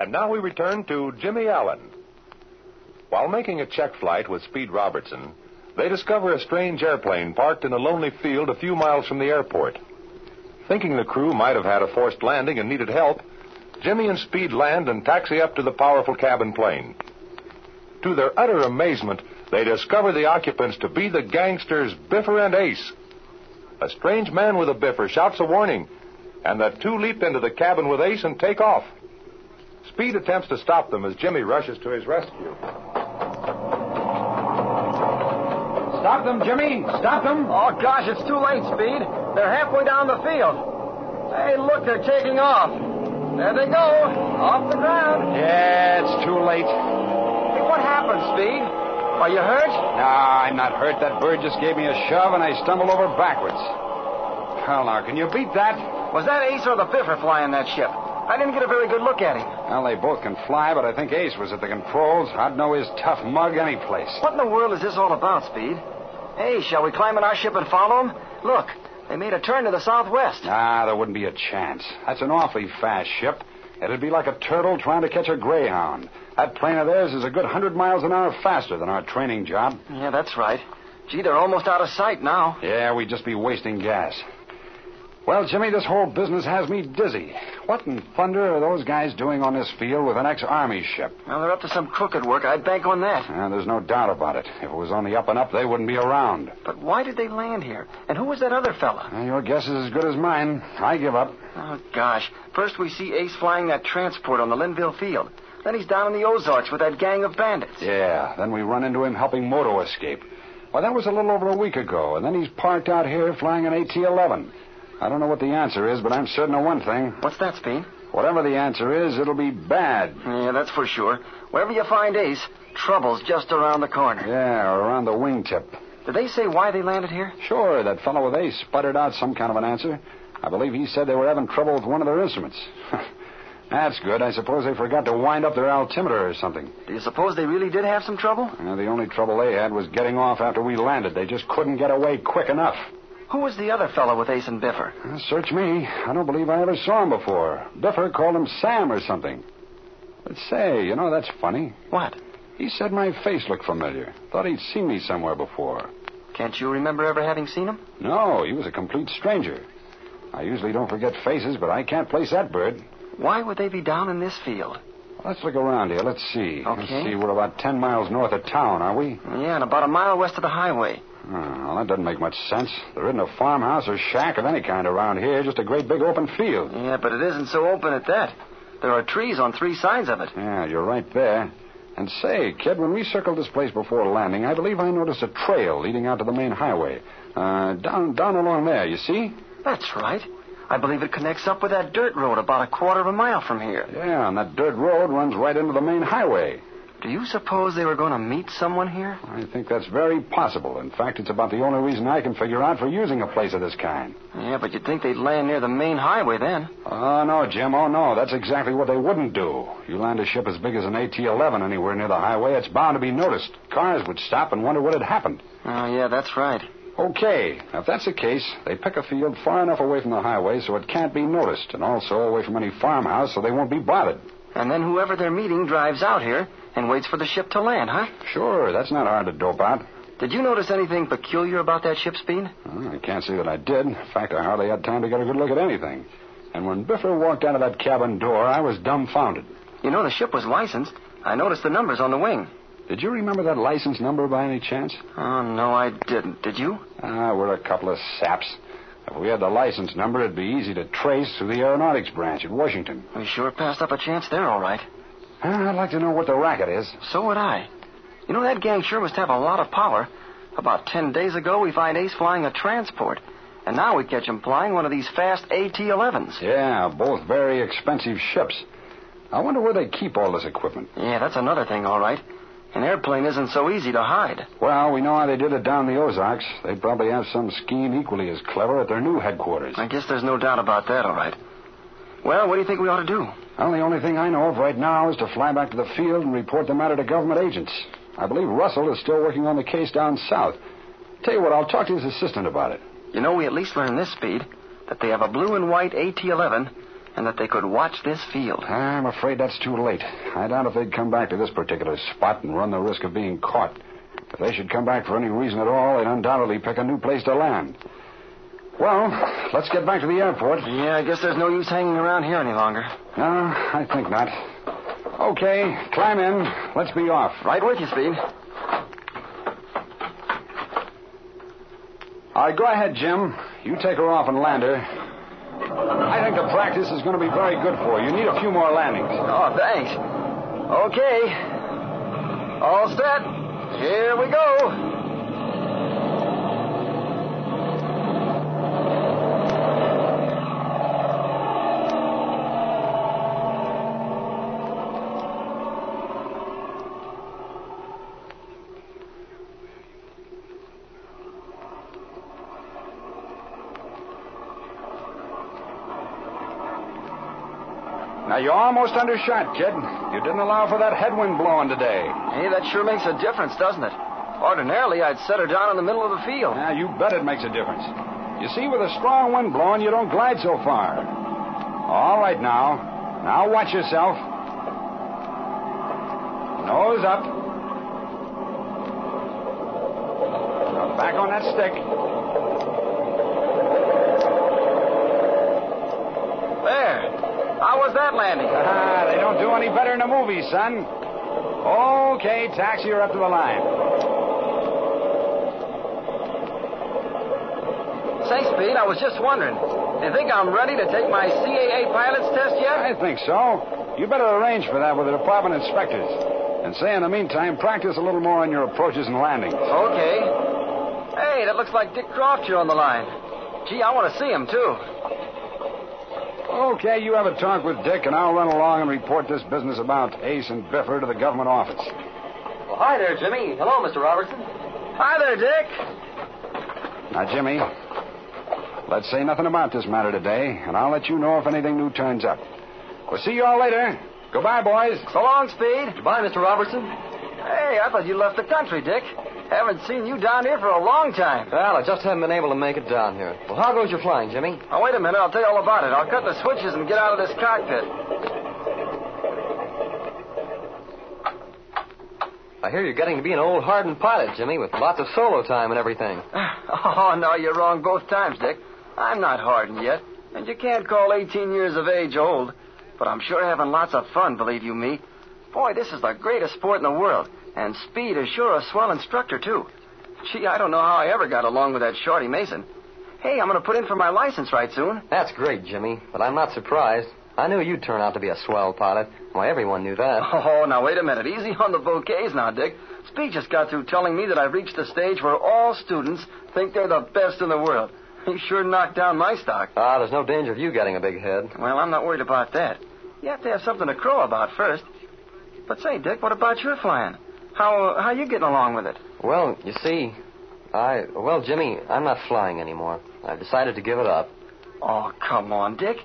And now we return to Jimmy Allen. While making a check flight with Speed Robertson, they discover a strange airplane parked in a lonely field a few miles from the airport. Thinking the crew might have had a forced landing and needed help, Jimmy and Speed land and taxi up to the powerful cabin plane. To their utter amazement, they discover the occupants to be the gangsters Biffer and Ace. A strange man with a Biffer shouts a warning, and the two leap into the cabin with Ace and take off. Speed attempts to stop them as Jimmy rushes to his rescue. Stop them, Jimmy. Stop them. Oh, gosh, it's too late, Speed. They're halfway down the field. Hey, look, they're taking off. There they go, off the ground. Yeah, it's too late. Hey, what happened, Speed? Are you hurt? Nah, I'm not hurt. That bird just gave me a shove and I stumbled over backwards. Hell, now, can you beat that? Was that Ace or the Biffer flying that ship? I didn't get a very good look at him. Well, they both can fly, but I think Ace was at the controls. I'd know his tough mug any place. What in the world is this all about, Speed? Hey, shall we climb in our ship and follow them? Look, they made a turn to the southwest. Ah, there wouldn't be a chance. That's an awfully fast ship. It'd be like a turtle trying to catch a greyhound. That plane of theirs is a good hundred miles an hour faster than our training job. Yeah, that's right. Gee, they're almost out of sight now. Yeah, we'd just be wasting gas. Well, Jimmy, this whole business has me dizzy. What in thunder are those guys doing on this field with an ex-army ship? Well, they're up to some crooked work. I bank on that. Uh, there's no doubt about it. If it was on the up and up, they wouldn't be around. But why did they land here? And who was that other fella? Uh, your guess is as good as mine. I give up. Oh, gosh. First we see Ace flying that transport on the Linville field. Then he's down in the Ozarks with that gang of bandits. Yeah, then we run into him helping Moto escape. Well, that was a little over a week ago, and then he's parked out here flying an AT-11. I don't know what the answer is, but I'm certain of one thing. What's that, Speed? Whatever the answer is, it'll be bad. Yeah, that's for sure. Wherever you find Ace, trouble's just around the corner. Yeah, or around the wingtip. Did they say why they landed here? Sure, that fellow with Ace sputtered out some kind of an answer. I believe he said they were having trouble with one of their instruments. That's good. I suppose they forgot to wind up their altimeter or something. Do you suppose they really did have some trouble? Uh, the only trouble they had was getting off after we landed. They just couldn't get away quick enough. Who was the other fellow with Ace and Biffer? Uh, Search me. I don't believe I ever saw him before. Biffer called him Sam or something. But say, you know, that's funny. What? He said my face looked familiar. Thought he'd seen me somewhere before. Can't you remember ever having seen him? No, he was a complete stranger. I usually don't forget faces, but I can't place that bird. Why would they be down in this field? Let's look around here. Let's see. Let's Okay. see. We're about ten miles north of town, are we? Yeah, and about a mile west of the highway. Oh, well, that doesn't make much sense. There isn't a farmhouse or shack of any kind around here, just a great big open field. Yeah, but it isn't so open at that. There are trees on three sides of it. Yeah, you're right there. And say, kid, when we circled this place before landing, I believe I noticed a trail leading out to the main highway. Uh, down, down along there, you see? That's right. I believe it connects up with that dirt road about a quarter of a mile from here. Yeah, and that dirt road runs right into the main highway. Do you suppose they were going to meet someone here? I think that's very possible. In fact, it's about the only reason I can figure out for using a place of this kind. Yeah, but you'd think they'd land near the main highway then. Oh, no, Jim. Oh, no. That's exactly what they wouldn't do. You land a ship as big as an AT 11 anywhere near the highway, it's bound to be noticed. Cars would stop and wonder what had happened. Oh, yeah, that's right. Okay. Now, if that's the case, they pick a field far enough away from the highway so it can't be noticed, and also away from any farmhouse so they won't be bothered. And then whoever they're meeting drives out here and waits for the ship to land, huh? Sure, that's not hard to dope out. Did you notice anything peculiar about that ship, Speed? Well, Ah, I can't say that I did. In fact, I hardly had time to get a good look at anything. And when Biffer walked out of that cabin door, I was dumbfounded. You know, the ship was licensed. I noticed the numbers on the wing. Did you remember that license number by any chance? Oh, no, I didn't. Did you? Ah, we're a couple of saps. If we had the license number, it'd be easy to trace through the aeronautics branch at Washington. We sure passed up a chance there, all right. Ah, I'd like to know what the racket is. So would I. You know, that gang sure must have a lot of power. About ten days ago, we find Ace flying a transport. And now we catch him flying one of these fast AT 11s. Yeah, both very expensive ships. I wonder where they keep all this equipment. Yeah, that's another thing, all right. An airplane isn't so easy to hide. Well, we know how they did it down the Ozarks. They probably have some scheme equally as clever at their new headquarters. I guess there's no doubt about that, all right. Well, what do you think we ought to do? Well, the only thing I know of right now is to fly back to the field and report the matter to government agents. I believe Russell is still working on the case down south. Tell you what, I'll talk to his assistant about it. You know, we at least learned this speed that they have a blue and white AT 11 and that they could watch this field. I'm afraid that's too late. I doubt if they'd come back to this particular spot and run the risk of being caught. If they should come back for any reason at all, they'd undoubtedly pick a new place to land. Well, let's get back to the airport. Yeah, I guess there's no use hanging around here any longer. No, I think not. Okay, climb in. Let's be off. Right with you, Speed. All right, go ahead, Jim. You take her off and land her. I think the practice is going to be very good for you. You need a few more landings. Oh, thanks. Okay. All set. Here we go. Now, you almost undershot, kid. You didn't allow for that headwind blowing today. Hey, that sure makes a difference, doesn't it? Ordinarily, I'd set her down in the middle of the field. Now, you bet it makes a difference. You see, with a strong wind blowing, you don't glide so far. All right, now. Now, watch yourself. Nose up. Now, back on that stick. There. How was that landing? Ah, they don't do any better in the movies, son. Okay, taxi, you're up to the line. Say, Speed, I was just wondering. Do you think I'm ready to take my CAA pilot's test yet? I think so. You better arrange for that with the department inspectors. And say, in the meantime, practice a little more on your approaches and landings. Okay. Hey, that looks like Dick Croft here on the line. Gee, I want to see him, too. Okay, you have a talk with Dick, and I'll run along and report this business about Ace and Biffer to the government office. Well, hi there, Jimmy. Hello, Mr. Robertson. Hi there, Dick. Now, Jimmy, let's say nothing about this matter today, and I'll let you know if anything new turns up. We'll see you all later. Goodbye, boys. So long, Speed. Goodbye, Mr. Robertson. Hey, I thought you left the country, Dick. Haven't seen you down here for a long time. Well, I just haven't been able to make it down here. Well, how goes your flying, Jimmy? Oh, wait a minute. I'll tell you all about it. I'll cut the switches and get out of this cockpit. I hear you're getting to be an old hardened pilot, Jimmy, with lots of solo time and everything. oh, no, you're wrong both times, Dick. I'm not hardened yet, and you can't call 18 years of age old. But I'm sure having lots of fun, believe you me. Boy, this is the greatest sport in the world, and Speed is sure a swell instructor, too. Gee, I don't know how I ever got along with that Shorty Mason. Hey, I'm going to put in for my license right soon. That's great, Jimmy, but I'm not surprised. I knew you'd turn out to be a swell pilot. Why, everyone knew that. Oh, now wait a minute. Easy on the bouquets now, Dick. Speed just got through telling me that I've reached the stage where all students think they're the best in the world. You sure knocked down my stock. Ah, there's no danger of you getting a big head. Well, I'm not worried about that. You have to have something to crow about first. But say, Dick, what about your flying? How how you getting along with it? Well, you see, I. Well, Jimmy, I'm not flying anymore. I've decided to give it up. Oh, come on, Dick.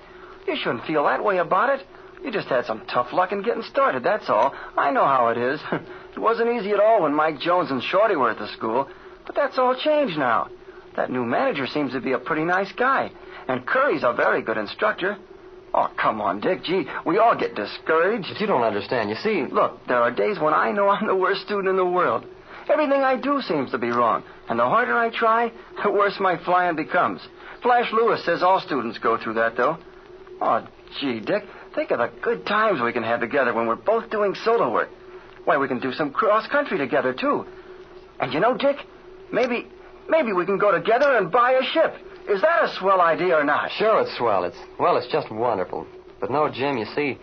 You shouldn't feel that way about it. You just had some tough luck in getting started, that's all. I know how it is. it wasn't easy at all when Mike Jones and Shorty were at the school, but that's all changed now. That new manager seems to be a pretty nice guy, and Curry's a very good instructor. Oh, come on, Dick. Gee, we all get discouraged. But you don't understand. You see, Look, there are days when I know I'm the worst student in the world. Everything I do seems to be wrong, and the harder I try, the worse my flying becomes. Flash Lewis says all students go through that, though. Oh, gee, Dick, think of the good times we can have together when we're both doing solo work. Why, we can do some cross country together, too. And you know, Dick, maybe, maybe we can go together and buy a ship. Is that a swell idea or not? sure it's swell. It's well, it's just wonderful. But no, Jim, you see,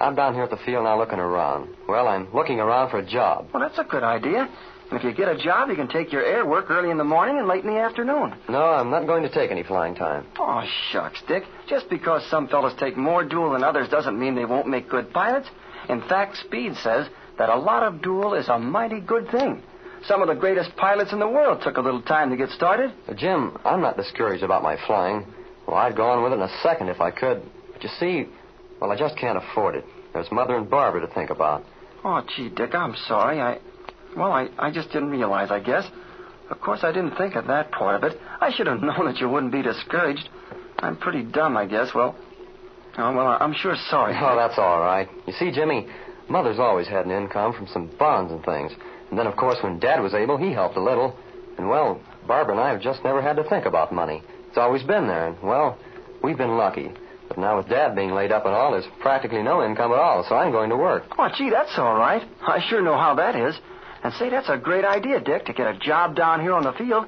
I'm down here at the field now looking around. Well, I'm looking around for a job. Well, that's a good idea. And if you get a job, you can take your air work early in the morning and late in the afternoon. No, I'm not going to take any flying time. Oh, shucks, Dick. Just because some fellas take more duel than others doesn't mean they won't make good pilots. In fact, Speed says that a lot of duel is a mighty good thing. Some of the greatest pilots in the world took a little time to get started. But Jim, I'm not discouraged about my flying. Well, I'd go on with it in a second if I could. But you see, well, I just can't afford it. There's Mother and Barbara to think about. Oh, gee, Dick, I'm sorry. I, well, I, I just didn't realize, I guess. Of course, I didn't think of that part of it. I should have known that you wouldn't be discouraged. I'm pretty dumb, I guess. Well, Oh, well, I- I'm sure sorry. Oh, that's all right. You see, Jimmy, Mother's always had an income from some bonds and things. And then, of course, when Dad was able, he helped a little. And, well, Barbara and I have just never had to think about money. It's always been there, and, well, we've been lucky. But now with Dad being laid up and all, there's practically no income at all, so I'm going to work. Oh, gee, that's all right. I sure know how that is. And say, that's a great idea, Dick, to get a job down here on the field.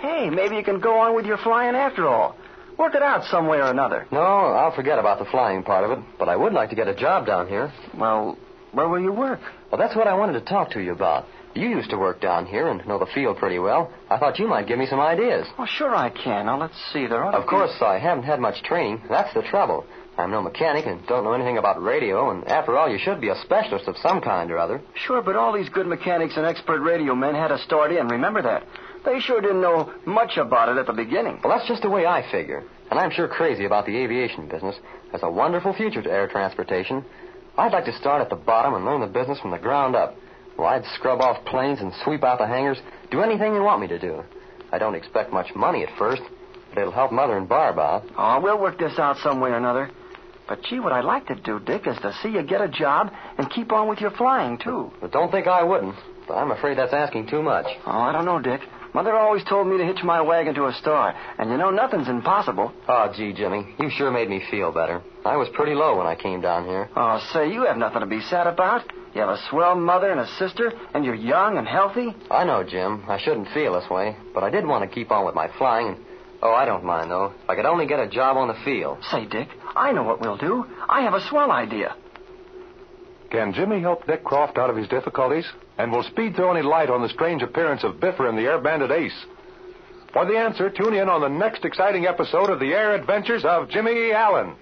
Hey, maybe you can go on with your flying after all. Work it out some way or another. No, I'll forget about the flying part of it, but I would like to get a job down here. Well, where will you work? Well, that's what I wanted to talk to you about. You used to work down here and know the field pretty well. I thought you might give me some ideas. Oh, sure I can. Now, let's see. There ought to Of course, I haven't had much training. That's the trouble. I'm no mechanic and don't know anything about radio, and after all, you should be a specialist of some kind or other. be... Sure, but all these good mechanics and expert radio men had to start in. Remember that. They sure didn't know much about it at the beginning. Well, that's just the way I figure. And I'm sure crazy about the aviation business. There's a wonderful future to air transportation. I'd like to start at the bottom and learn the business from the ground up. Well, I'd scrub off planes and sweep out the hangars, do anything you want me to do. I don't expect much money at first, but it'll help Mother and Barb out. Oh, we'll work this out some way or another. But, gee, what I'd like to do, Dick, is to see you get a job and keep on with your flying, too. But don't think I wouldn't. I'm afraid that's asking too much. Oh, I don't know, Dick. Mother always told me to hitch my wagon to a star, and you know nothing's impossible. Oh, gee, Jimmy, you sure made me feel better. I was pretty low when I came down here. Oh, say, you have nothing to be sad about. You have a swell mother and a sister, and you're young and healthy. I know, Jim, I shouldn't feel this way, but I did want to keep on with my flying. And, oh, I don't mind, though. If I could only get a job on the field. Say, Dick, I know what we'll do. I have a swell idea. Can Jimmy help Dick Croft out of his difficulties? And will Speed throw any light on the strange appearance of Biffer and the Air Bandit Ace? For the answer, tune in on the next exciting episode of the Air Adventures of Jimmy Allen.